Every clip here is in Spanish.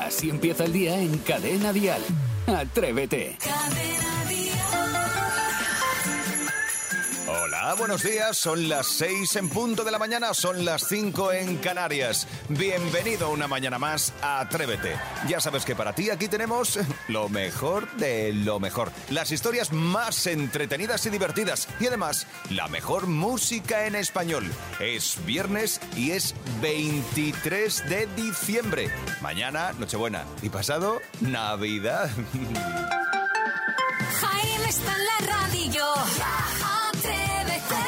Así empieza el día en Cadena Dial. Atrévete. Hola, buenos días. Son las 6 en punto de la mañana, son las 5 en Canarias. Bienvenido una mañana más a Atrévete. Ya sabes que para ti aquí tenemos lo mejor de lo mejor. Las historias más entretenidas y divertidas. Y además, la mejor música en español. Es viernes y es 23 de diciembre. Mañana, Nochebuena. Y pasado, Navidad. Jaime está en la radio. Atrévete.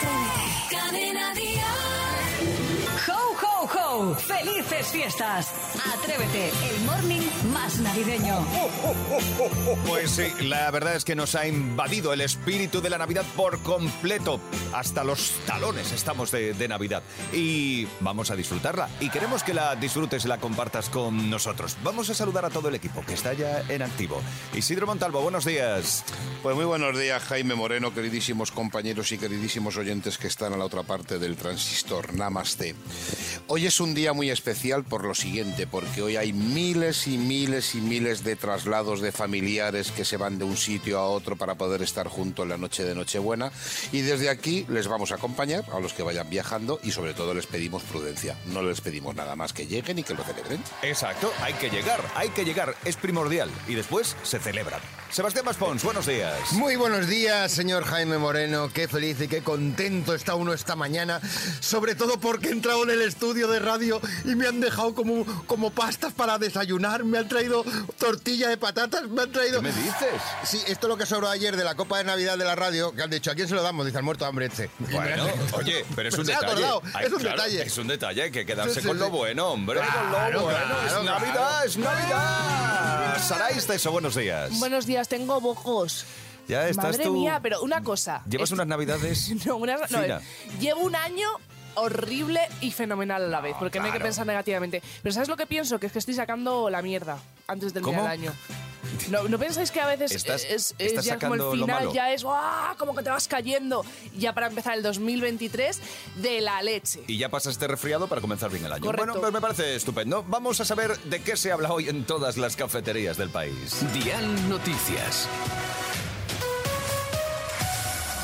Cadena Dial. ¡Ho, ho, ho! ¡Felices fiestas! Atrévete, el morning más navideño. Pues sí, la verdad es que nos ha invadido el espíritu de la Navidad por completo. Hasta los talones estamos de, de Navidad. Y vamos a disfrutarla. Y queremos que la disfrutes y la compartas con nosotros. Vamos a saludar a todo el equipo que está ya en activo. Isidro Montalvo, buenos días. Pues muy buenos días, Jaime Moreno, queridísimos compañeros y queridísimos oyentes que están a la otra parte del transistor. Namaste. Hoy es un día muy especial por lo siguiente, porque hoy hay miles y miles y miles de traslados de familiares que se van de un sitio a otro para poder estar juntos en la noche de Nochebuena. Y desde aquí les vamos a acompañar a los que vayan viajando y sobre todo les pedimos prudencia. No les pedimos nada más que lleguen y que lo celebren. Exacto, hay que llegar, hay que llegar. Es primordial. Y después se celebran. Sebastián Maspons, buenos días. Muy buenos días, señor Jaime Moreno. Qué feliz y qué contento está uno esta mañana. Sobre todo porque he entrado en el estudio de radio y me han dejado como, como pastas para desayunar. Me han traído tortilla de patatas, me han traído... ¿Qué me dices? Sí, esto es lo que sobró ayer de la Copa de Navidad de la radio, que han dicho, ¿a quién se lo damos? Dice, al muerto de hambre este. Y me Bueno, han- oye, pero es un Me he detalle. acordado, Ay, es un claro, detalle. Es un detalle que quedarse Sí, sí, con lo sí. bueno, hombre. con lo Claro, bueno. claro, es claro. Navidad, es Navidad. Saray Esteso, buenos días. Buenos días, tengo bocos. ya estás Madre tú. mía, pero una cosa. Llevas Est- unas Navidades. No, unas- no, Fina. eh, llevo un año horrible y fenomenal a la vez, porque no hay que claro. pensar negativamente. Pero ¿sabes lo que pienso? Que es que estoy sacando la mierda antes del ¿Cómo? final del año. No, ¿no pensáis que a veces Estás- es, es- estás ya como sacando el lo final, malo. ya es ¡guau! como que te vas cayendo ya para empezar el 2023 de la leche? Y ya pasas este resfriado para comenzar bien el año. Correcto. Bueno, pues me parece estupendo. Vamos a saber de qué se habla hoy en todas las cafeterías del país. Dial Noticias.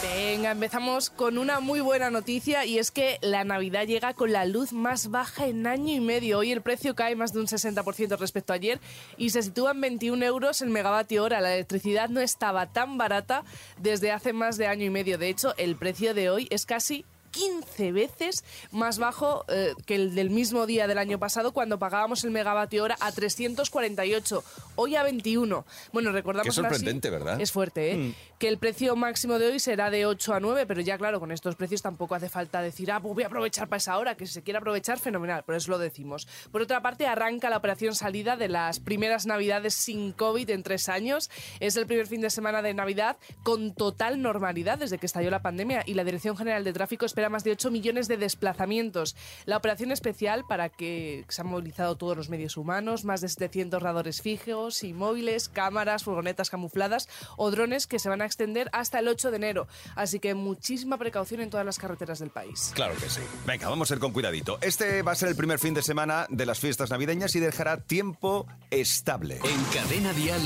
Venga, empezamos con una muy buena noticia y es que la Navidad llega con la luz más baja en año y medio. Hoy el precio cae más de un 60% respecto a ayer y se sitúa en 21 euros el megavatio hora. La electricidad no estaba tan barata desde hace más de año y medio. De hecho, el precio de hoy es casi 15 veces más bajo eh, que el del mismo día del año pasado cuando pagábamos el megavatio hora a 348, hoy a 21. Bueno, recordamos ahora sí- sorprendente, ¿verdad? Es fuerte, ¿eh? Que el precio máximo de hoy será de 8 a 9, pero ya claro, con estos precios tampoco hace falta decir, ah, pues voy a aprovechar para esa hora, que si se quiere aprovechar, fenomenal, por eso lo decimos. Por otra parte, arranca la operación salida de las primeras Navidades sin COVID en tres años. Es el primer fin de semana de Navidad con total normalidad desde que estalló la pandemia y la Dirección General de Tráfico espera más de 8 millones de desplazamientos. La operación especial para que se han movilizado todos los medios humanos, más de 700 radores fijos y móviles, cámaras, furgonetas camufladas o drones que se van a extender hasta el 8 de enero. Así que muchísima precaución en todas las carreteras del país. Claro que sí. Venga, vamos a ir con cuidadito. Este va a ser el primer fin de semana de las fiestas navideñas y dejará tiempo estable. En Cadena Dial,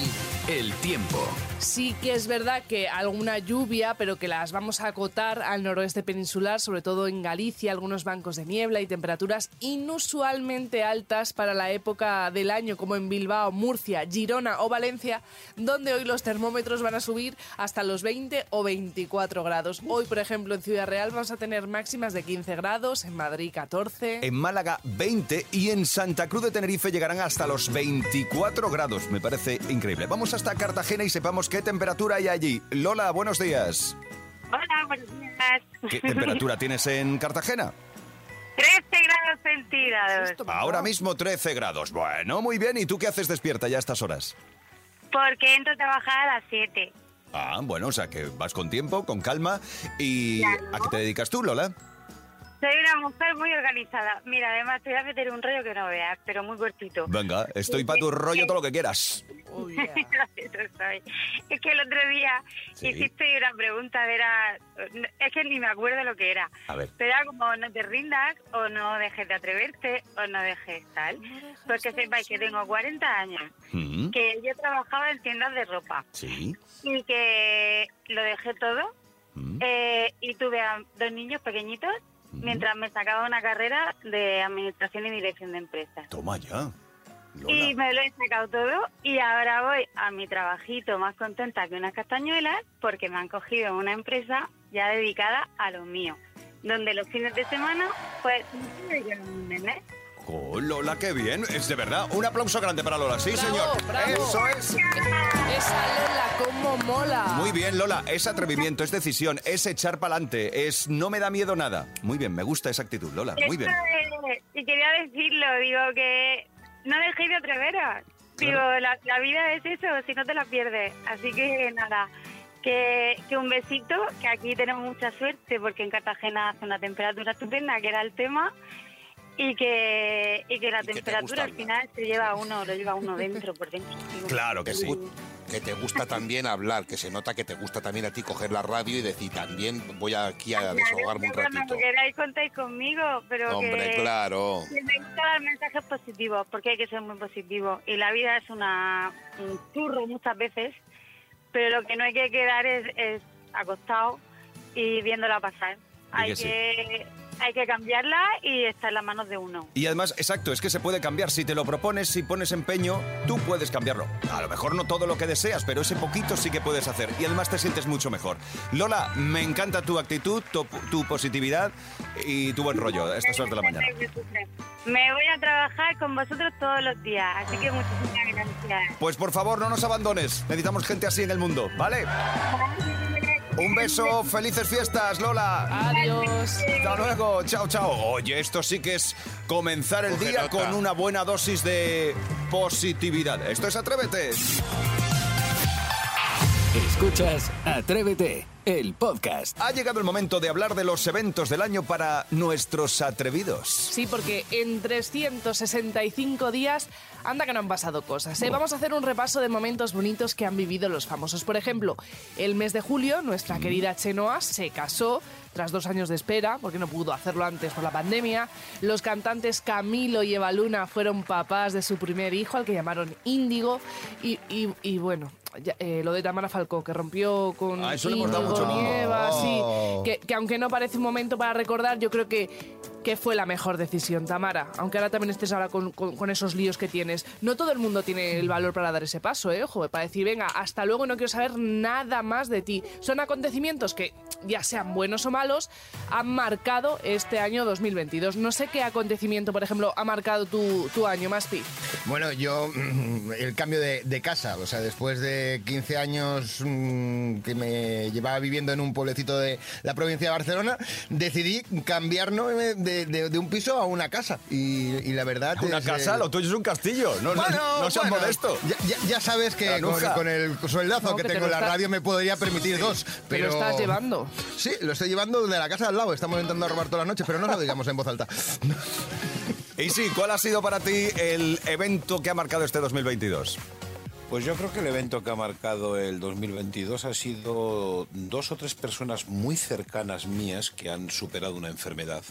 el tiempo. Sí que es verdad que alguna lluvia, pero que las vamos a acotar al noroeste peninsular, sobre todo en Galicia, algunos bancos de niebla y temperaturas inusualmente altas para la época del año, como en Bilbao, Murcia, Girona o Valencia, donde hoy los termómetros van a subir hasta los 20 o 24 grados. Hoy, por ejemplo, en Ciudad Real vamos a tener máximas de 15 grados, en Madrid 14. En Málaga 20 y en Santa Cruz de Tenerife llegarán hasta los 24 grados. Me parece increíble. Vamos hasta Cartagena y sepamos qué temperatura hay allí. Lola, buenos días. Hola, buenos días. ¿Qué temperatura tienes en Cartagena? 13 grados centígrados. Esto, Ahora ¿no? mismo 13 grados. Bueno, muy bien. ¿Y tú qué haces despierta ya a estas horas? Porque entro a trabajar a las 7. Ah, bueno, o sea que vas con tiempo, con calma. ¿Y a qué te dedicas tú, Lola? Soy una mujer muy organizada. Mira, además te voy a meter un rollo que no veas, pero muy cortito. Venga, estoy para tu rollo todo lo que quieras. Oh, yeah. Eso soy. Es que el otro día Sí. hiciste una pregunta, era, es que ni me acuerdo lo que era. A ver. Pero era como no te rindas o no dejes de atreverte o no dejes tal. Porque sepáis que tengo 40 años, Mm, que yo trabajaba en tiendas de ropa Sí. y que lo dejé todo Mm, eh, y tuve a dos niños pequeñitos mientras me sacaba una carrera de administración y dirección de empresas. ¿Mm? Toma ya. Y Lola. me lo he sacado todo y ahora voy a mi trabajito más contenta que unas castañuelas porque me han cogido una empresa ya dedicada a lo mío, donde los fines de semana pues ¿entendés? Oh, Lola, qué bien. Es de verdad. Un aplauso grande para Lola. Sí, Bravo, señor. bravo. Eso es. Esa Lola, cómo mola. Muy bien, Lola. Es atrevimiento, es decisión, es echar para adelante, es no me da miedo nada. Muy bien, me gusta esa actitud, Lola. Muy bien. Esto es- y quería decirlo, digo que no dejéis de atreveros. Digo, la, la vida es eso, si no te la pierdes. Así que nada, que, que un besito, que aquí tenemos mucha suerte porque en Cartagena hace una temperatura estupenda, que era el tema. Y que, y que la Y que te gusta temperatura al hablar. final se lleva a uno, lo lleva a uno dentro, por dentro. Claro que sí. Que te gusta también hablar, que se nota que te gusta también a ti coger la radio y decir también voy aquí a desahogarme un ratito. Cuando queráis contáis conmigo, pero Hombre, que... claro. Que Me gusta dar mensajes positivos, porque hay que ser muy positivo. Y la vida es una, un churro muchas veces, pero lo que no hay que quedar es, es acostado y viéndola pasar. Hay que que, sí. hay que cambiarla y está en las manos de uno. Y además, exacto, es que se puede cambiar. Si te lo propones, si pones empeño, tú puedes cambiarlo. A lo mejor no todo lo que deseas, pero ese poquito sí que puedes hacer. Y además te sientes mucho mejor. Lola, me encanta tu actitud, tu, tu positividad y tu buen rollo a estas horas de la mañana. Me voy a trabajar con vosotros todos los días, así que muchísimas gracias. Pues por favor, no nos abandones. Necesitamos gente así en el mundo, ¿vale? Un beso, felices fiestas, Lola. Adiós. Hasta luego, chao, chao. Oye, esto sí que es comenzar el Coge día nota. con una buena dosis de positividad. Esto es Atrévete. Escuchas Atrévete, el podcast. Ha llegado el momento de hablar de los eventos del año para nuestros atrevidos. Sí, porque en 365 días anda que no han pasado cosas. ¿eh? Vamos a hacer un repaso de momentos bonitos que han vivido los famosos. Por ejemplo, el mes de julio nuestra querida Chenoa se casó tras dos años de espera, porque no pudo hacerlo antes por la pandemia. Los cantantes Camilo y Evaluna fueron papás de su primer hijo, al que llamaron Índigo. Y, y- y bueno, ya, eh, lo de Tamara Falcó, que rompió con Ah, eso le hemos dado Íñigo mucho Oh. bombo. Nieva, sí. Que, que aunque no parece un momento para recordar, yo creo que, que fue la mejor decisión, Tamara. Aunque ahora también estés ahora con, con- con esos líos que tienes. No todo el mundo tiene el valor para dar ese paso, ¿eh? Ojo, para decir, venga, hasta luego, no quiero saber nada más de ti. Son acontecimientos que, ya sean buenos o malos, han marcado este año 2022. No sé qué acontecimiento, por ejemplo, ha marcado tu, tu año, Maspi. Bueno, yo mm, el cambio de, de casa, o sea, después de 15 años mm, que me llevaba viviendo en un pueblecito de la provincia de Barcelona, decidí cambiarme de, de- de un piso a una casa. Y, y la verdad... Una es, casa, eh, lo tuyo es un castillo. No, no- bueno, no seas bueno, modesto. Ya, ya- ya sabes que con, Granuja. con el sueldazo No, que, que te tengo en lo la estás- radio me podría permitir dos. Te lo Pero estás llevando. Sí, lo estoy llevando de la casa al lado. Estamos intentando robar todas las noches, pero no lo digamos en voz alta. Y sí, ¿cuál ha sido para ti el evento que ha marcado este 2022? Pues yo creo que el evento que ha marcado el 2022 ha sido dos o tres personas muy cercanas mías que han superado una enfermedad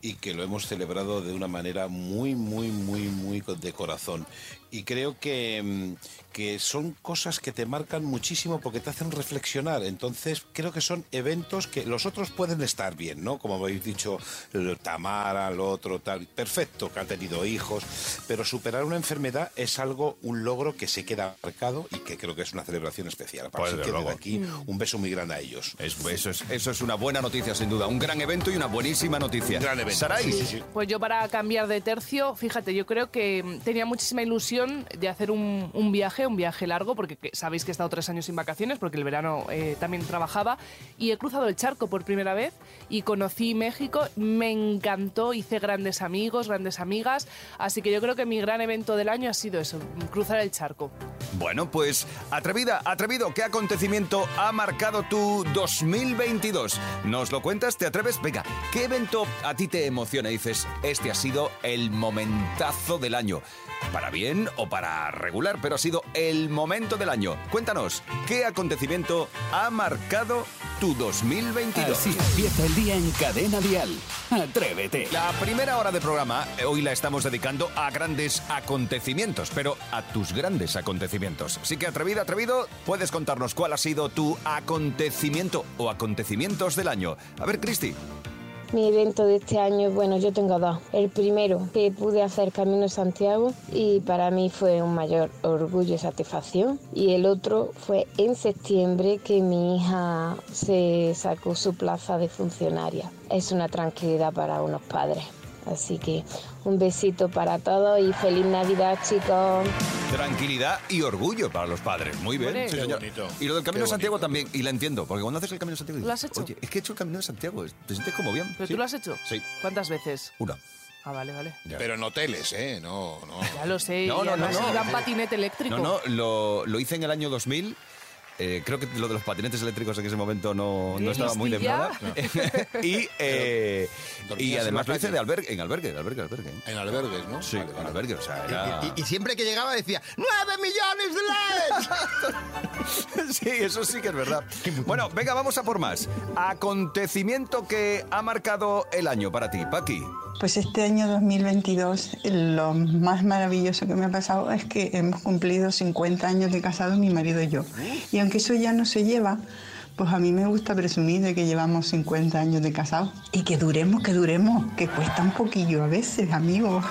y que lo hemos celebrado de una manera muy, muy, muy, muy de corazón. Y creo que, mm, que son cosas que te marcan muchísimo porque te hacen reflexionar. Entonces creo que son eventos que los otros pueden estar bien, ¿no? Como habéis dicho, el Tamara, lo otro, tal. Perfecto, que ha tenido hijos. Pero superar una enfermedad es algo, un logro que se queda marcado y que creo que es una celebración especial. Pues, Así desde que desde luego. aquí Mm. un beso muy grande a ellos. Eh, Es- eso, es, eso es una buena noticia, sin duda. Un gran evento y una buenísima noticia. Un gran evento. Saray, Sí, sí, sí. Pues yo para cambiar de tercio, fíjate, yo creo que mm, tenía muchísima ilusión opción de hacer un, un viaje, un viaje largo, porque que- sabéis que he estado tres años sin vacaciones, porque el verano eh, también trabajaba, y he cruzado el charco por primera vez y conocí México, me encantó, hice grandes amigos, grandes amigas, así que yo creo que mi gran evento del año ha sido eso, cruzar el charco. Bueno, pues atrevida, atrevido, ¿qué acontecimiento ha marcado tu 2022? ¿Nos lo cuentas? ¿Te atreves? Venga, ¿qué evento a ti te emociona? Y dices, este ha sido el momentazo del año. Para bien o para regular, pero ha sido el momento del año. Cuéntanos, ¿qué acontecimiento ha marcado tu 2022? Ah, Así empieza el día en cadena dial. Atrévete. La primera hora de programa eh, hoy la estamos dedicando a grandes acontecimientos, pero a tus grandes acontecimientos. Así que atrevido, atrevido, puedes contarnos cuál ha sido tu acontecimiento o acontecimientos del año. A ver, Cristi. Mi evento de este año, bueno, yo tengo dos. El primero, que pude hacer Camino de Santiago y para mí fue un mayor orgullo y satisfacción. Y el otro fue en septiembre que mi hija se sacó su plaza de funcionaria. Es una tranquilidad para unos padres. Así que un besito para todos y feliz Navidad, chicos. Tranquilidad y orgullo para los padres. Muy bien, Hombre. sí, Qué señor. bonito. Y lo del Camino Qué de Santiago bonito. también, y la entiendo, porque cuando haces el Camino de Santiago... ¿Lo has dices, hecho? Oye, es que he hecho el Camino de Santiago, te sientes como bien. ¿Pero ¿sí? tú lo has hecho? Sí. ¿Cuántas veces? Una. Ah, vale, vale. Pero en hoteles, ¿eh? No, no. Ya lo sé, No, no, y no, además no. iba en patinete eléctrico. No, no, lo, lo hice en el año 2000. Eh, creo que lo de los patinetes eléctricos en ese momento no, no Eh, estaba muy de moda. listilla. y, eh, dormías y en la además lo hice calle. de albergue, en albergue, en albergue, albergue. ¿eh? En albergues, ¿no? Sí, Vale, en vale. albergue, o sea, era... Y, y- y siempre que llegaba decía, ¡9 millones de likes! sí, eso sí que es verdad. Bueno, venga, vamos a por más. Acontecimiento que ha marcado el año para ti, Paqui. Pues este año 2022 lo más maravilloso que me ha pasado es que hemos cumplido 50 años de casados mi marido y yo. Y aunque eso ya no se lleva, pues a mí me gusta presumir de que llevamos 50 años de casados. Y que duremos, que duremos, que cuesta un poquillo a veces, amigos.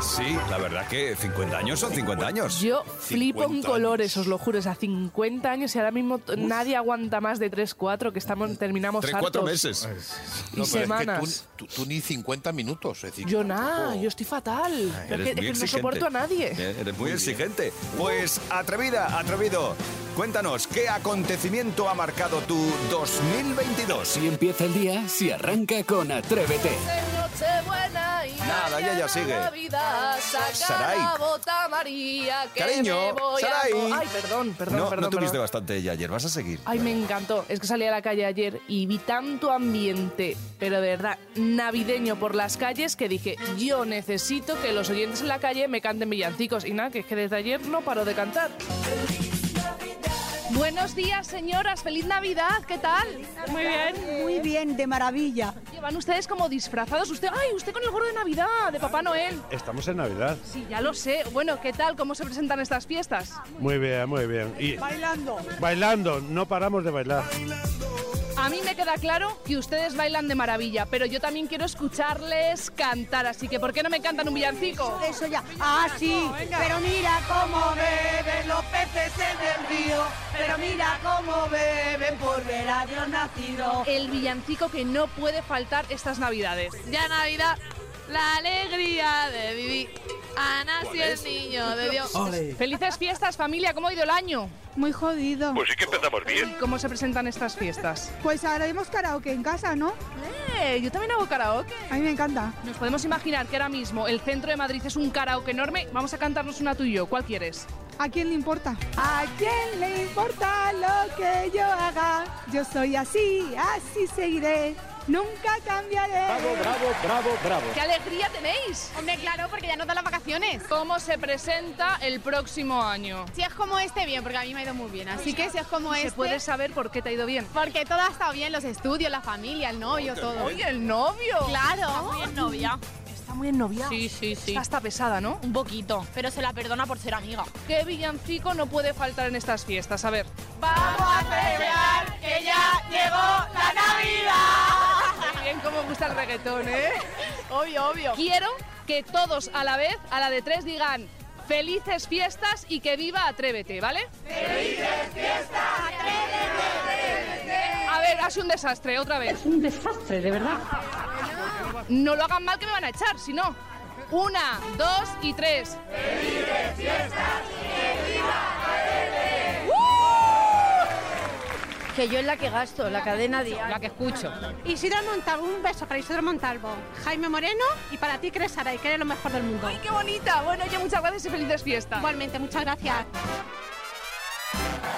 Sí, la verdad que 50 años son 50 años. Yo flipo en 50 colores, os lo juro, es a 50 años y ahora mismo t- nadie aguanta más de 3, 4, que estamos, terminamos Tres, cuatro hartos. meses. Y No, pero es que tú- semanas. tú, tú ni 50 minutos. Es decir, Yo que tampoco- nada, yo estoy fatal. Es Eres que- es muy que no exigente. soporto a nadie. Eh, Eres muy, exigente. Pues atrevida, atrevido. Cuéntanos, ¿qué acontecimiento ha marcado tu 2022? Si empieza el día, si arranca con Atrévete. Nochebuena y Nada, ya, ya mañana sigue. Navidad, saca Sarai. la bota María, que Cariño, me voy a Sarai. co- Ay, perdón, perdón, no, perdón. no tuviste perdón. bastante ella ayer, vas a seguir. Ay, me encantó. Es que salí a la calle ayer y vi tanto ambiente, pero de verdad, navideño por las calles, que dije, yo necesito que los oyentes en la calle me canten villancicos. Y nada, que es que desde ayer no paro de cantar. Buenos días, señoras. Feliz Navidad. ¿Qué tal? Muy bien. Muy bien, de maravilla. Llevan ustedes como disfrazados. Usted, ay, usted con el gorro de Navidad, de Papá Noel. Estamos en Navidad. Sí, ya lo sé. Bueno, ¿qué tal? ¿Cómo se presentan estas fiestas? Muy Eh, bien, muy bien. Y Bailando. bailando, no paramos de bailar. A mí me queda claro que ustedes bailan de maravilla, pero yo también quiero escucharles cantar, así que ¿por qué no me cantan un villancico? Eso ya. Ah, sí. Pero mira cómo beben los peces en el río. Pero mira cómo beben por ver a Dios nacido. el villancico que no puede faltar estas navidades. Ya Navidad, la alegría de vivir. Ha nacido el niño de Dios. Felices fiestas, familia. ¿Cómo ha ido el año? Muy jodido. Pues sí que empezamos bien. ¿Cómo se presentan estas fiestas? Pues ahora hemos karaoke en casa, ¿no? Eh, yo también hago karaoke. A mí me encanta. Nos podemos imaginar que ahora mismo el centro de Madrid es un karaoke enorme. Vamos a cantarnos una tú y yo. ¿Cuál quieres? ¿A quién le importa? ¿A quién le importa lo que yo haga? Yo soy así, así seguiré. Nunca cambiaré. ¡Qué alegría tenéis! Hombre, claro, porque ya nos dan las vacaciones. ¿Cómo se presenta el próximo año? Si es como este, bien, porque a mí me ha ido muy bien. Así que si es como ¿Se este... puede saber por qué te ha ido bien? Porque todo ha estado bien, los estudios, la familia, el novio, todo. ¡Oye, el novio! Claro. Está muy en novia. Está muy ennoviado. Sí, sí, sí. Está hasta pesada, ¿no? Un poquito, pero se la perdona por ser amiga. ¿Qué villancico no puede faltar en estas fiestas? A ver. Vamos a celebrar que ya llegó la Navidad. Muy bien, cómo gusta el reggaetón, ¿eh? Obvio, obvio. Quiero que todos a la vez, a la de tres, digan felices fiestas y que viva Atrévete, ¿vale? ¡Felices fiestas! ¡Atrévete! A ver, ha sido un desastre, otra vez. Un desastre, de verdad. No lo hagan mal que me van a echar, si no. Una, dos y tres. ¡Felices Que yo es la que gasto, la cadena diaria. La que escucho. Isidro Montalvo, un beso para Isidro Montalvo, Jaime Moreno y para ti, Cres Saray, que eres lo mejor del mundo. ¡Ay, qué bonita! Bueno, oye, muchas gracias y felices fiestas. Igualmente, muchas gracias.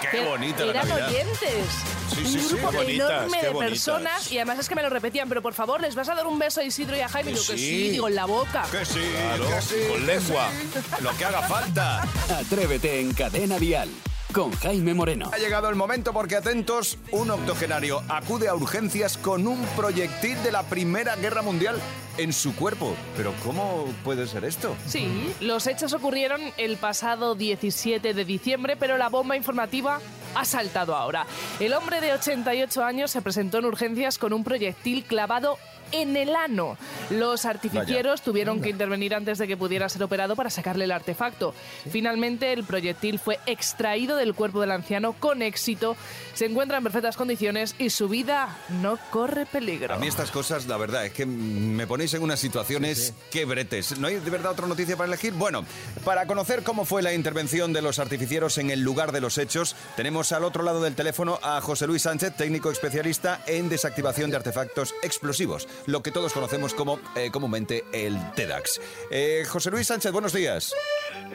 Qué bonita la Eran Navidad. oyentes. Sí, sí, un sí, grupo qué bonitas, enorme qué de bonitas. personas y además es que me lo repetían, pero por favor, les vas a dar un beso a Isidro y a Jaime. Y Que yo que sí. sí, digo en la boca. Que sí, Claro, que sí, con que lengua, sí. Lo que haga falta. Atrévete en Cadena Dial con Jaime Moreno. Ha llegado el momento porque, atentos, un octogenario acude a urgencias con un proyectil de la Primera Guerra Mundial en su cuerpo. Pero ¿cómo puede ser esto? Sí, los hechos ocurrieron el pasado 17 de diciembre, pero la bomba informativa ha saltado ahora. El hombre de 88 años se presentó en urgencias con un proyectil clavado en el ano. Los artificieros tuvieron que intervenir antes de que pudiera ser operado para sacarle el artefacto. Finalmente, el proyectil fue extraído del cuerpo del anciano con éxito. Se encuentra en perfectas condiciones y su vida no corre peligro. A mí estas cosas, la verdad, es que me ponéis en unas situaciones que bretes. ¿No hay de verdad otra noticia para elegir? Bueno, para conocer cómo fue la intervención de los artificieros en el lugar de los hechos, tenemos al otro lado del teléfono a José Luis Sánchez, técnico especialista en desactivación de artefactos explosivos, lo que todos conocemos como eh, comúnmente el TEDAX. Eh, José Luis Sánchez, buenos días.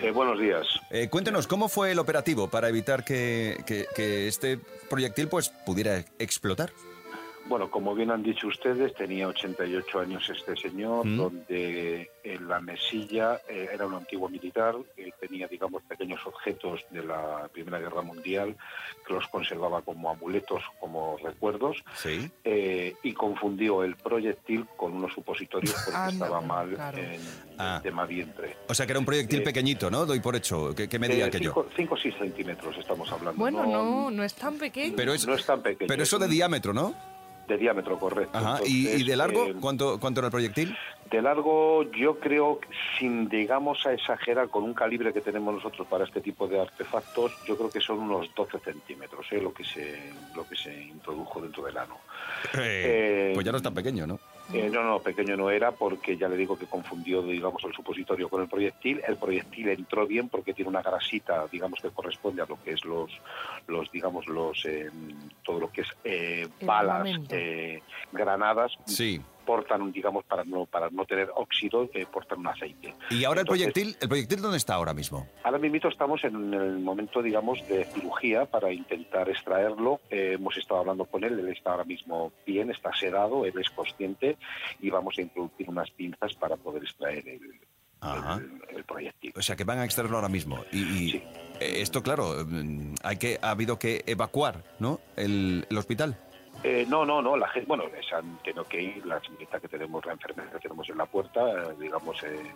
Eh, buenos días. Eh, cuéntenos, ¿cómo fue el operativo para evitar que, que- que este proyectil pues, pudiera explotar? Bueno, como bien han dicho ustedes, tenía 88 años este señor, Mm. donde en la mesilla eh, era un antiguo militar, que tenía, digamos, pequeños objetos de la Primera Guerra Mundial, que los conservaba como amuletos, como recuerdos, Sí. eh, y confundió el proyectil con unos supositorios porque Anda, estaba mal claro. en Ah. el tema vientre. O sea, que era un proyectil Eh, pequeñito, ¿no? Doy por hecho. ¿Qué, qué medía Eh, aquello? cinco- cinco o 6 centímetros estamos hablando. Bueno, no, no es tan pequeño. Pero es, no es tan pequeño. Pero es eso de un- diámetro, ¿no? De diámetro, correcto. Ajá. ¿Y, y Entonces, de largo? eh, ¿Cuánto, ¿Cuánto era el proyectil? De largo, yo creo, sin digamos a exagerar, con un calibre que tenemos nosotros para este tipo de artefactos, yo creo que son unos 12 centímetros, ¿eh? lo que se lo que se introdujo dentro del ano. Eh, pues ya no es tan pequeño, ¿no? Eh, no, no, pequeño no era porque ya le digo que confundió, digamos, el supositorio con el proyectil. El proyectil entró bien porque tiene una grasita, digamos, que corresponde a lo que es los, los digamos, los eh, todo lo que es eh, El balas, armamento. eh, granadas. Sí. Portan, digamos, para no para no tener óxido, eh, portan un aceite. ¿Y ahora el Entonces, proyectil, el proyectil dónde está ahora mismo? Ahora mismo estamos en el momento, digamos, de cirugía para intentar extraerlo. Eh, hemos estado hablando con él, él está ahora mismo bien, está sedado, él es consciente y vamos a introducir unas pinzas para poder extraer el, Ajá. el proyectil. O sea, que van a extraerlo ahora mismo. Y, y, eh, esto, claro, mm, hay que, ha habido que evacuar, ¿no? El, el hospital. Eh, no, no, no, la gente, bueno, se han tenido que ir, la señorita que tenemos, la enfermera que tenemos en la puerta, eh, digamos, eh,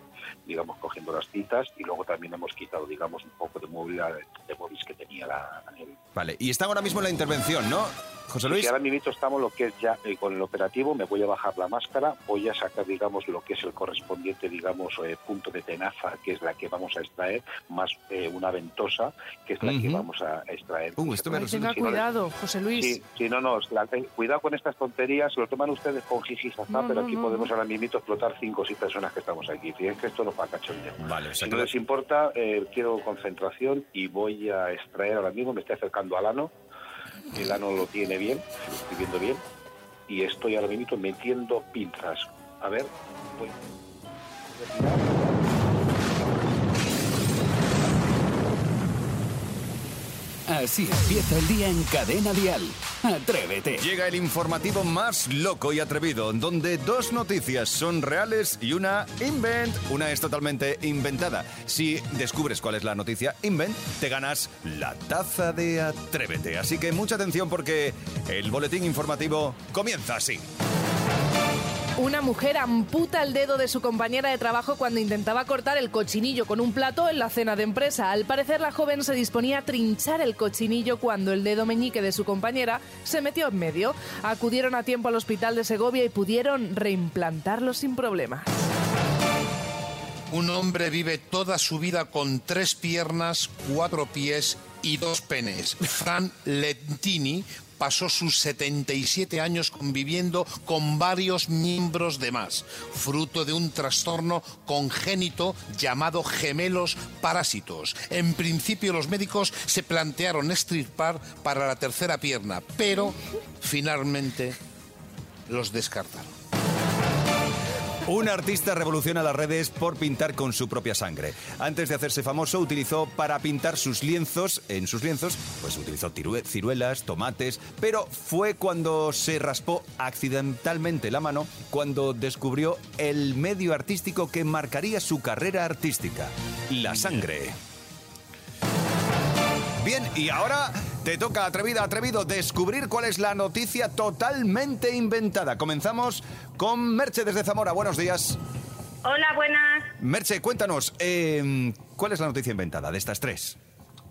digamos, cogiendo las citas y luego también hemos quitado, digamos, un poco de movilidad de móviles que tenía la, el Vale. Y está ahora mismo en la intervención, ¿no? José Y Luis. ahora mismo estamos lo que es ya eh, con el operativo, me voy a bajar la máscara, voy a sacar, digamos, lo que es el correspondiente, digamos, eh, punto de tenaza, que es la que vamos a extraer, más eh, una ventosa, que es la que Ujú. Uh, vamos a extraer. Ay, tenga Si no le- cuidado, José Luis. Sí, sí, no, no, la- eh, cuidado con estas tonterías, lo toman ustedes con jiji, jaja, No, pero no, aquí no, podemos no. ahora mismo explotar cinco o seis personas que estamos aquí. Y es que esto no va a cachondeo. Vale, o sea si que no la- les importa, eh, quiero concentración y voy a extraer ahora mismo, me estoy acercando al ano, el ano lo tiene bien, lo estoy viendo bien, y estoy ahora mismo metiendo pinzas. A ver, voy. Así empieza el día en Cadena Dial. Atrévete. Llega el informativo más loco y atrevido, donde dos noticias son reales y una invent. Una es totalmente inventada. Si descubres cuál es la noticia invent, te ganas la taza de Atrévete. Así que mucha atención porque el boletín informativo comienza así. Una mujer amputa el dedo de su compañera de trabajo cuando intentaba cortar el cochinillo con un plato en la cena de empresa. Al parecer, la joven se disponía a trinchar el cochinillo cuando el dedo meñique de su compañera se metió en medio. Acudieron a tiempo al hospital de Segovia y pudieron reimplantarlo sin problemas. Un hombre vive toda su vida con tres piernas, cuatro pies y dos penes. Fran Lentini pasó sus 77 años conviviendo con varios miembros de más, fruto de un trastorno congénito llamado gemelos parásitos. En principio los médicos se plantearon extirpar para la tercera pierna, pero finalmente los descartaron. Un artista revoluciona las redes por pintar con su propia sangre. Antes de hacerse famoso, utilizó para pintar sus lienzos, en sus lienzos, pues utilizó tirue- ciruelas, tomates, pero fue cuando se raspó accidentalmente la mano cuando descubrió el medio artístico que marcaría su carrera artística, la sangre. Bien, y ahora te toca, atrevida, atrevido, descubrir cuál es la noticia totalmente inventada. Comenzamos con Merche desde Zamora. Buenos días. Hola, buenas. Merche, cuéntanos, eh, ¿cuál es la noticia inventada de estas tres?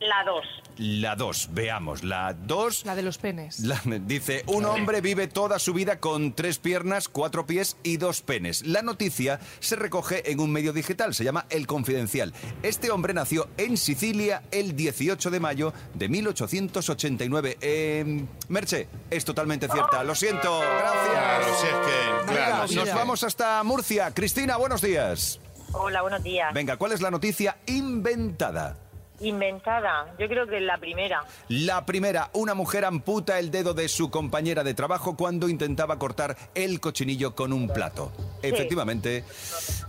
La 2. La 2, veamos, la 2... La de los penes. dice, un hombre vive toda su vida con tres piernas, cuatro pies y dos penes. La noticia se recoge en un medio digital, se llama El Confidencial. Este hombre nació en Sicilia el 18 de mayo de 1889. Eh, Merche, es totalmente cierta, lo siento, gracias. Claro, si es que- claro, si es nos que- vamos hasta Murcia. Cristina, buenos días. Hola, buenos Ah. días. Venga, ¿cuál es la noticia inventada? Inventada. Yo creo que la primera. La primera, una mujer amputa el dedo de su compañera de trabajo cuando intentaba cortar el cochinillo con un plato. Sí. Efectivamente,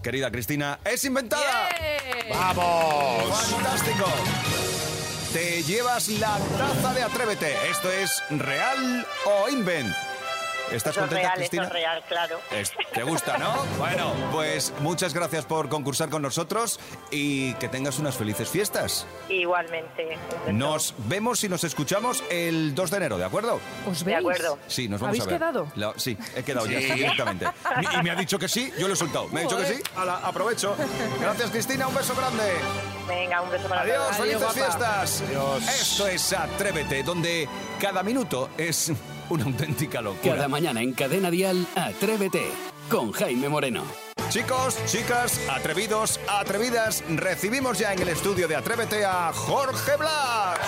querida Cristina, es inventada. ¡Vamos! ¡Fantástico! Te llevas la taza de Atrévete. Esto es real o invent. ¿Estás Eso es contenta, real, Cristina? eso es real, claro. Es- ¿Te gusta, no? Bueno, pues muchas gracias por concursar con nosotros y que tengas unas felices fiestas. Igualmente. Nos vemos y nos escuchamos el 2 de enero, ¿de acuerdo? ¿Os De acuerdo. Sí, nos vamos a ¿Habéis ver. quedado? La- sí, he quedado ya Sí. directamente. Y- Y me ha dicho que sí, yo lo he soltado. Me ha dicho que sí, ala, aprovecho. Gracias, Cristina, un beso grande. Venga, un beso para Adiós, todos. felices fiestas. Esto es Atrévete, donde cada minuto es una auténtica locura. Cada mañana en Cadena Dial, Atrévete con Jaime Moreno. Chicos, chicas, atrevidos, atrevidas, recibimos ya en el estudio de Atrévete a Jorge Blas.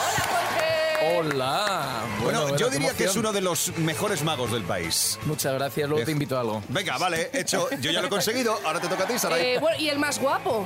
Hola. Bueno, bueno, yo qué diría que es emoción. uno de los mejores magos del país. Muchas gracias, luego te invito a algo. Venga, vale, hecho. Yo ya lo he conseguido, ahora te toca a ti, Saray. Eh, bueno, y el más guapo.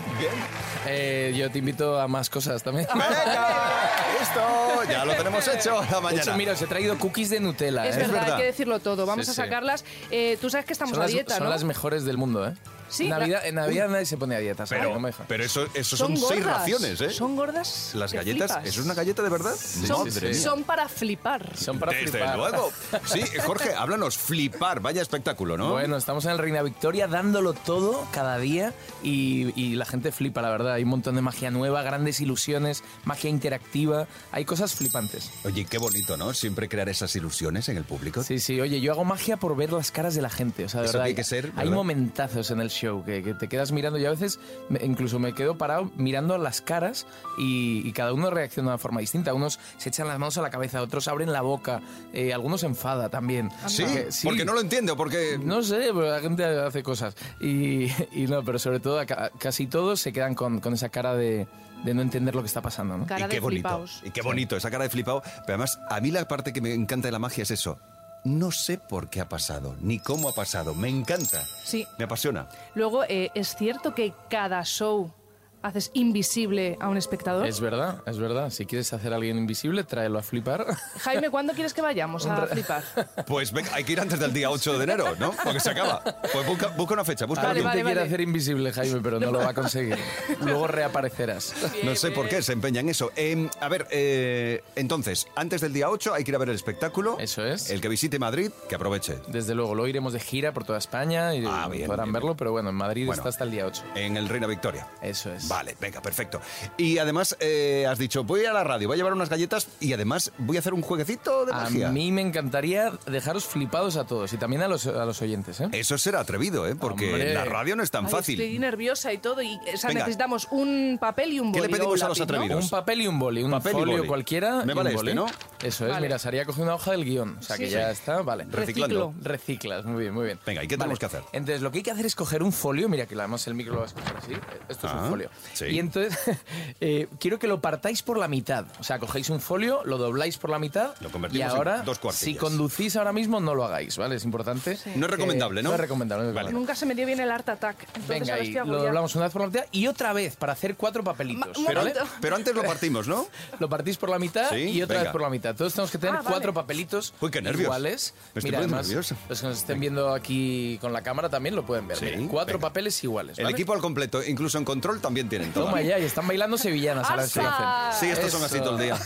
Eh, yo te invito a más cosas también. ah. Listo, ya lo tenemos hecho la De mañana. hecho, mira, os he traído cookies de Ah, Nutella. Es, ¿eh? verdad, hay que decirlo todo. Vamos Sí, a sí. sacarlas. Eh, tú sabes que estamos Son a las, dieta, son ¿no? las mejores del mundo, ¿eh? Sí, Navidad, la- en Navidad nadie se pone a dieta, ¿sabes? Pero- No me deja. Pero eso, eso son, seis gordas, raciones, ¿eh? Son gordas. Las que galletas, flipas. ¿eso es una galleta de verdad? Son, Madre mía. son para flipar. Son Desde luego. Sí, Jorge, háblanos. Flipar, vaya espectáculo, ¿no? Bueno, estamos en el Reina Victoria dándolo todo cada día y, y la gente flipa, la verdad. Hay un montón de magia nueva, grandes ilusiones, magia interactiva. Hay cosas flipantes. Oye, qué bonito, ¿no? Siempre crear esas ilusiones en el público. Sí, sí, oye, yo hago magia por ver las caras de la gente. O sea, de Eso verdad, tiene hay, que ser, hay ¿verdad? momentazos en el show que, que te quedas mirando. Yo a veces me- incluso me quedo parado mirando las caras y, y cada uno reacciona de una forma distinta. Unos se echan las manos a la cabeza, otros abren la boca, eh, algunos se enfada también. Ah, ¿Sí? Porque no lo entiendo, porque... No sé, pero la gente hace cosas. Y, y no, pero sobre todo, ca- casi todos se quedan con, con esa cara de, de no entender lo que está pasando. ¿no? y qué bonito. Y qué bonito, esa cara de flipado. Pero además, a mí la parte que me encanta de la magia es eso. No sé por qué ha pasado, ni cómo ha pasado. Me encanta. Sí. Me apasiona. Luego, eh, ¿es cierto que cada show haces invisible a un espectador? Es verdad, es verdad. Si quieres hacer a alguien invisible, tráelo a flipar. Jaime, ¿cuándo quieres que vayamos a flipar? Pues venga, hay que ir antes del día 8 de enero, ¿no? Porque se acaba. Pues busca, busca una fecha, busca Busca alguien. te quiere hacer invisible, Jaime, pero no lo va a conseguir. Luego reaparecerás. No sé por qué se empeña en eso. Eh, a ver, eh, entonces, antes del día 8 hay que ir a ver el espectáculo. Eso es. El que visite Madrid, que aproveche. Desde luego, luego iremos de Ah, gira por toda España y podrán verlo, pero bueno, en Madrid está hasta el día 8. En el Reina Victoria. Eso es. Vale, venga, perfecto. Y además eh, has dicho, voy a la radio, voy a llevar unas galletas y además voy a hacer un jueguecito de A magia. mí me encantaría dejaros flipados a todos y también a los, a los oyentes. ¿eh? Eso será atrevido, ¿eh? Porque Hombre. la radio no es tan Ay, fácil. Estoy nerviosa y todo. Y, o sea, Venga. necesitamos un papel y un ¿Qué boli. le o un pedimos a los lápiz, ¿no? atrevidos? Un papel y un boli, un Papel y folio boli. cualquiera. Me y vale un este, boli. ¿no? Eso es, Vale. mira, se haría cogiendo una hoja del guión. O sea Sí, que sí. ya está, vale. Reciclando. Reciclas, muy bien, muy bien. Venga, ¿y qué tenemos que hacer? Entonces, lo que hay que hacer es coger un folio. Mira, que además el micro lo vas a coger así. Esto es Ah, un folio. sí. Y entonces, eh, quiero que lo partáis por la mitad. O sea, cogéis un folio, lo dobláis por la mitad. Lo y convertimos en ahora, dos si cuartillas. conducís ahora mismo, no lo hagáis, ¿vale? Es importante. No es que- recomendable, ¿no? No es recomendable. no es recomendable. Nunca se me dio bien el Art Attack. Entonces Venga, ahora y estoy lo agobiada. doblamos una vez por la mitad y otra vez para hacer cuatro papelitos. Ma- un Pero- momento. pero antes lo partimos, ¿no? lo partís por la mitad Sí, y otra venga. vez por la mitad. Todos tenemos que tener Ah, vale. cuatro papelitos Uy, qué nervios. iguales. Me estoy Mira, poniendo además, nervioso. los que nos estén viendo aquí con la cámara también lo pueden ver. Sí, Mira, cuatro venga. papeles iguales. El ¿vale? equipo al completo, incluso en control también tienen todo. Toma ya, y están bailando sevillanas a la vez que lo hacen. Sí, estos son así Eso. todo el día.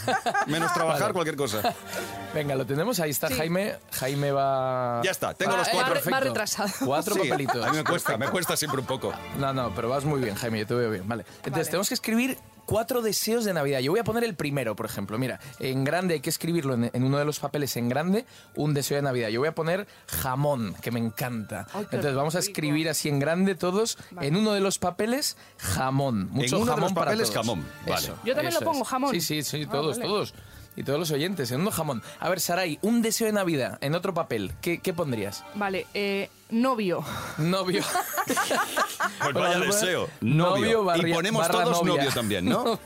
Menos trabajar, Vale. cualquier cosa. Venga, lo tenemos. Ahí está Sí. Jaime. Jaime va. Ah, eh, Ya está, tengo Va- los va cuatro. re- va retrasado. Cuatro Sí, papelitos. a mí me cuesta, me cuesta siempre un poco. No, no, pero vas muy bien, Jaime, yo te veo bien. Vale. Entonces, tenemos que escribir cuatro deseos de Navidad. Yo voy a poner el primero, por ejemplo. Mira, en grande hay que escribirlo en, en uno de los papeles en grande, un deseo de Navidad. Yo voy a poner jamón, que me encanta. Ay, qué Entonces, vamos a rico. escribir así en grande todos, en uno de los papeles, jamón. Mucho uno de jamón los para papeles, todos. jamón. Vale. Eso, Yo también eso lo pongo, es. jamón. Sí, sí, sí, Ah, todos, vale. todos. Y todos los oyentes, en uno jamón. A ver, Saray, un deseo de Navidad en otro papel. ¿Qué, qué pondrías? Vale, eh, novio. Novio. Bueno, Pues vaya vamos a poner deseo. novio Novio. y barria- ponemos barra todos novia. novio también, ¿no?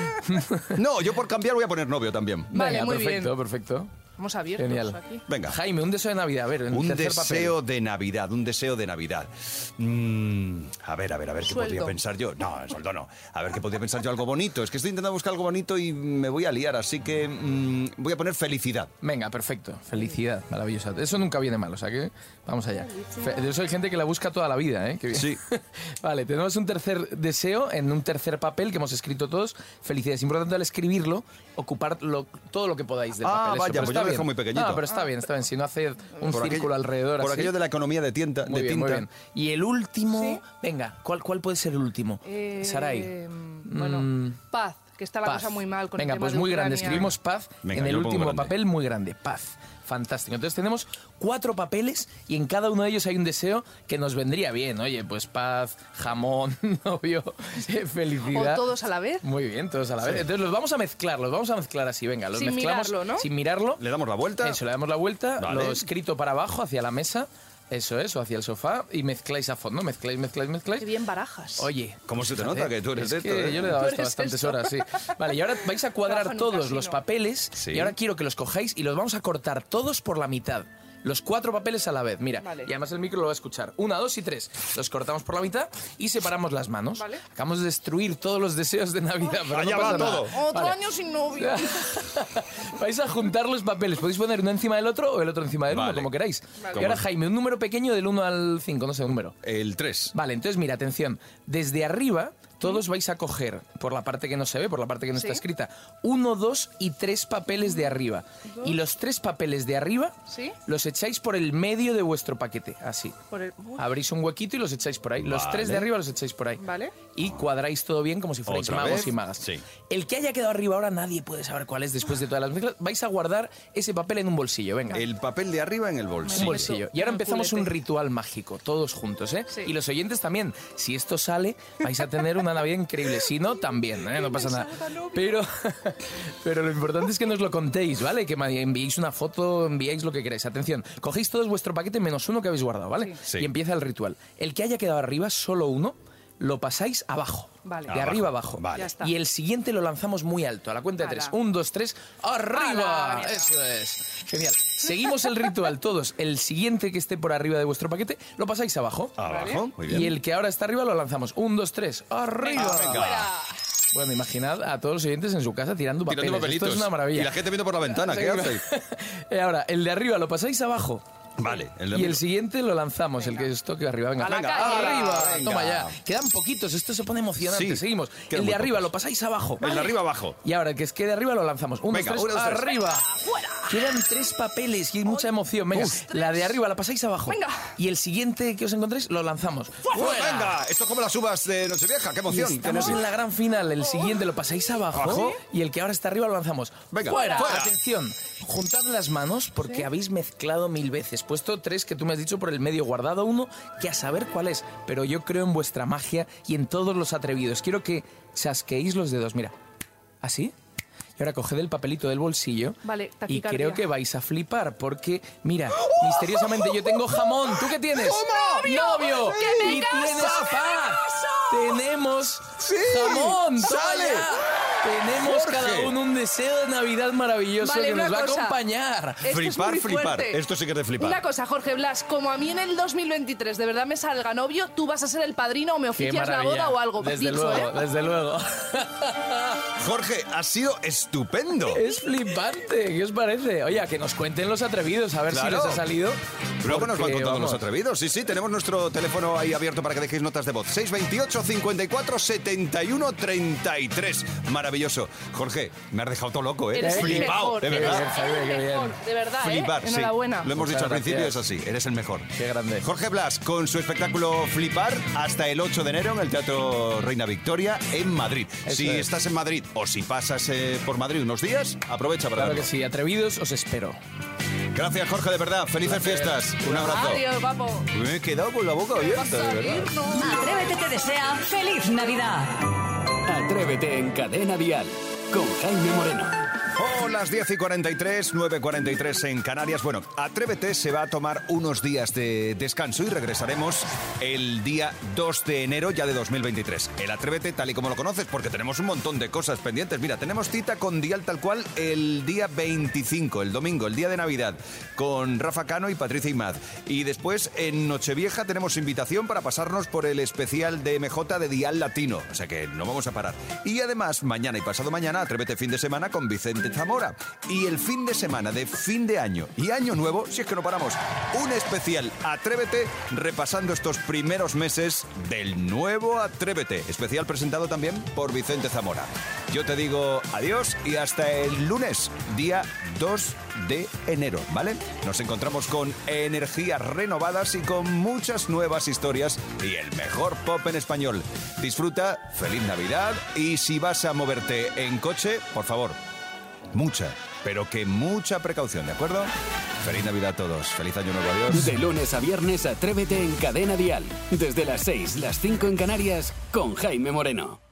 no, yo por cambiar voy a poner novio también. Vale, Venga, muy perfecto, perfecto. Vamos abiertos Genial. aquí. Venga. Jaime, un deseo de Navidad. A ver, en Un tercer deseo de Navidad, un deseo de Navidad. Mm, a ver, a ver, a ver, ¿qué Sueldo. podría pensar yo? No, el sueldo no. A ver, ¿qué podría pensar yo? Algo bonito. Es que estoy intentando buscar algo bonito y me voy a liar, así que mm, voy a poner felicidad. papel. Venga, perfecto. Felicidad, maravillosa. Eso nunca viene mal, o sea que vamos allá. Fe- de eso hay gente que la busca toda la vida, ¿eh? Qué bien. Sí. vale, tenemos un tercer deseo en un tercer papel que hemos escrito todos. Felicidad. Es importante al escribirlo ocupar lo- todo lo que podáis del Ah, papel. Eso, vaya, pero pues está yo lo he bien. dejado muy pequeñito. No, pero está bien, está bien. Si no haced un Por aquello- círculo alrededor Por así. aquello de la economía de, tienta, Muy de bien, muy tinta. bien. Y el último, venga, ¿cuál, ¿cuál puede ser el último? Eh, Saray. Bueno, Mm. paz, que está la Paz. cosa muy mal con el Venga, tema pues de muy grande. Ucrania. Escribimos paz Venga, en el yo lo pongo último grande. papel, muy grande. Paz. Fantástico. Entonces tenemos cuatro papeles y en cada uno de ellos hay un deseo que nos vendría bien. Oye, pues paz, jamón, novio, eh, felicidad. O todos a la vez. Muy bien, todos a la Sí. vez. Entonces los vamos a mezclar, los vamos a mezclar así. Venga, los Sin mezclamos mirarlo, ¿no? sin mirarlo. Le damos la vuelta. Eso, le damos la vuelta, Vale. lo escrito para abajo, hacia la mesa. Eso es, o hacia el sofá y mezcláis a fondo, mezcláis, mezcláis, mezcláis. Qué bien barajas. Oye. ¿Cómo se te fíjate, nota que tú eres es de que esto, eh? Yo le he dado Tú esto eres bastantes esto. horas, sí. Vale, y ahora vais a Trabajo cuadrar en un todos casino. los papeles Sí. y ahora quiero que los cojáis y los vamos a cortar todos por la mitad. Los cuatro papeles a la vez, mira. Y además el micro lo va a escuchar. Una, dos y tres. Los cortamos por la mitad y separamos las manos. Acabamos de destruir todos los deseos de Navidad. pero Allá no va pasa nada. todo. Otro Vale. año sin novio. Vais a juntar los papeles. Podéis poner uno encima del otro o el otro encima del uno, como queráis. Vale. Y ahora, Como- Jaime, un número pequeño del 1 al 5, no sé, un número. El 3. Vale, entonces mira, atención. Desde arriba, todos vais a coger, por la parte que no se ve, por la parte que no Sí. está escrita, uno, dos y tres papeles de arriba. Dos. Y los tres papeles de arriba ¿Sí? los echáis por el medio de vuestro paquete, así. Por el... Uy, Abrís un huequito y los echáis por ahí. Los Vale. tres de arriba los echáis por ahí. Vale. Y cuadráis todo bien como si fuerais ¿Otra magos vez? y magas. Sí. El que haya quedado arriba ahora nadie puede saber cuál es después de todas las mezclas. Vais a guardar ese papel en un bolsillo, venga. El papel de arriba en el bolsillo. Un bolsillo. Y ahora empezamos un ritual mágico, todos juntos, ¿eh? Sí. Y los oyentes también. Si esto sale, vais a tener una Navidad increíble. Si no, también, ¿eh? No pasa nada. Pero, pero lo importante es que nos lo contéis, ¿vale? Que me enviéis una foto, enviéis lo que queráis. Atención, cogéis todos vuestro paquete menos uno que habéis guardado, ¿vale? Sí. Sí. Y empieza el ritual. El que haya quedado arriba, solo uno, lo pasáis abajo. Vale. De Abajo. arriba abajo. Vale. Ya está. Y el siguiente lo lanzamos muy alto, a la cuenta de Ala. tres. Un, dos, tres. ¡Arriba! Ala. Eso es. Genial. Seguimos el ritual todos. El siguiente que esté por arriba de vuestro paquete lo pasáis abajo. Abajo, Ah, muy bien. Y el que ahora está arriba lo lanzamos. Un, dos, tres. ¡Arriba! Venga, venga. Fuera. Bueno, imaginad a todos los oyentes en su casa tirando papeles. Tirando Esto papelitos. es una maravilla. Y la gente viendo por la ventana, ¿qué hace? Eh, Ahora, el de arriba lo pasáis abajo. Vale, el de Y arriba. el siguiente lo lanzamos, el que os toque arriba. Venga, A la venga, calle. arriba. Venga. Toma ya. Quedan poquitos, esto se pone emocionante. Sí, Seguimos. El quedan muy de arriba pocos. lo pasáis abajo. El de arriba abajo. Y ahora, el que quede arriba lo lanzamos. Un, Venga, dos, tres, uno, dos, tres. arriba. ¡Fuera! Quedan tres papeles y hay mucha emoción. Venga, Uf. la de arriba la pasáis abajo. Venga. Y el siguiente que os encontréis lo lanzamos. ¡Fuera! ¡Venga! Esto es como las uvas de Nochevieja. ¡Qué Y emoción! Estamos en la gran final. El siguiente lo pasáis abajo, ¿Abajo? y el que ahora está arriba lo lanzamos. Venga, fuera. fuera. Atención. Juntad las manos porque habéis mezclado mil veces. Puesto tres que tú me has dicho por el medio, guardado uno que a saber cuál es. Pero yo creo en vuestra magia y en todos los atrevidos. Quiero que chasqueéis los dedos. Mira, así. Y ahora coged el papelito del bolsillo. Vale, Y taquicardia. creo que vais a flipar porque, mira, misteriosamente yo tengo jamón. ¿Tú qué tienes? ¡Toma! ¡Novio! ¡Novio! ¡Que me ¡Y caso, tienes que me paz! ¡Tenemos Sí, jamón! ¡Toma sale. ya! Tenemos Jorge. cada uno un deseo de Navidad maravilloso Vale, que una nos va cosa. a acompañar. Esto es muy fuerte. Una cosa, Jorge Blas, como a mí en el 2023 de verdad me salga novio, tú vas a ser el padrino o me Qué oficias la maravilla. boda o algo. Desde Pienso, luego, ¿eh? desde luego. Jorge, ha sido estupendo. Es flipante, ¿qué os parece? Oye, a que nos cuenten los atrevidos, a ver Claro. si les ha salido. Luego nos van porque, contando los vamos, atrevidos. Sí, sí, tenemos nuestro teléfono ahí abierto para que dejéis notas de voz. 628 54 71 33. Maravilloso. Jorge, me has dejado todo loco, ¿eh? Eres el Flipado, mejor, de eres verdad. el mejor, de verdad, ¿eh? Flipar, sí. Enhorabuena. Lo hemos Muchas dicho al principio, es gracias. así. Eres el mejor. Qué grande. Jorge Blas con su espectáculo Flipar hasta el 8 de enero en el Teatro Reina Victoria en Madrid. Eso si es. estás en Madrid o si pasas eh, por Madrid unos días, aprovecha para Claro verlo. que sí, atrevidos, os espero. Gracias, Jorge, de verdad. Felices fiestas. Un abrazo. Adiós, guapo. Me he quedado con la boca abierta, de verdad. Atrévete te desea feliz Navidad. Atrévete en Cadena Dial con Jaime Moreno. Oh, las 10 y 43, 9 y 43 en Canarias. Bueno, Atrévete se va a tomar unos días de descanso y regresaremos el día 2 de enero ya de 2023. El Atrévete tal y como lo conoces, porque tenemos un montón de cosas pendientes. Mira, tenemos cita con Dial tal cual el día 25, el domingo, el día de Navidad, con Rafa Cano y Patricia Imaz. Y después en Nochevieja tenemos invitación para pasarnos por el especial de MJ de Dial Latino. O sea que no vamos a parar. Y además, mañana y pasado mañana, atrévete fin de semana con Vicente Zamora. Y el fin de semana de fin de año y año nuevo, si es que no paramos, un especial Atrévete repasando estos primeros meses del nuevo Atrévete. Especial presentado también por Vicente Zamora. Yo te digo adiós y hasta el lunes, día 2 de enero, ¿vale? Nos encontramos con energías renovadas y con muchas nuevas historias y el mejor pop en español. Disfruta, feliz Navidad y si vas a moverte en coche, por favor, mucha, pero que mucha precaución, ¿de acuerdo? Feliz Navidad a todos, feliz año nuevo, adiós. De lunes a viernes, atrévete en Cadena Dial. Desde las 6, las 5 en Canarias, con Jaime Moreno.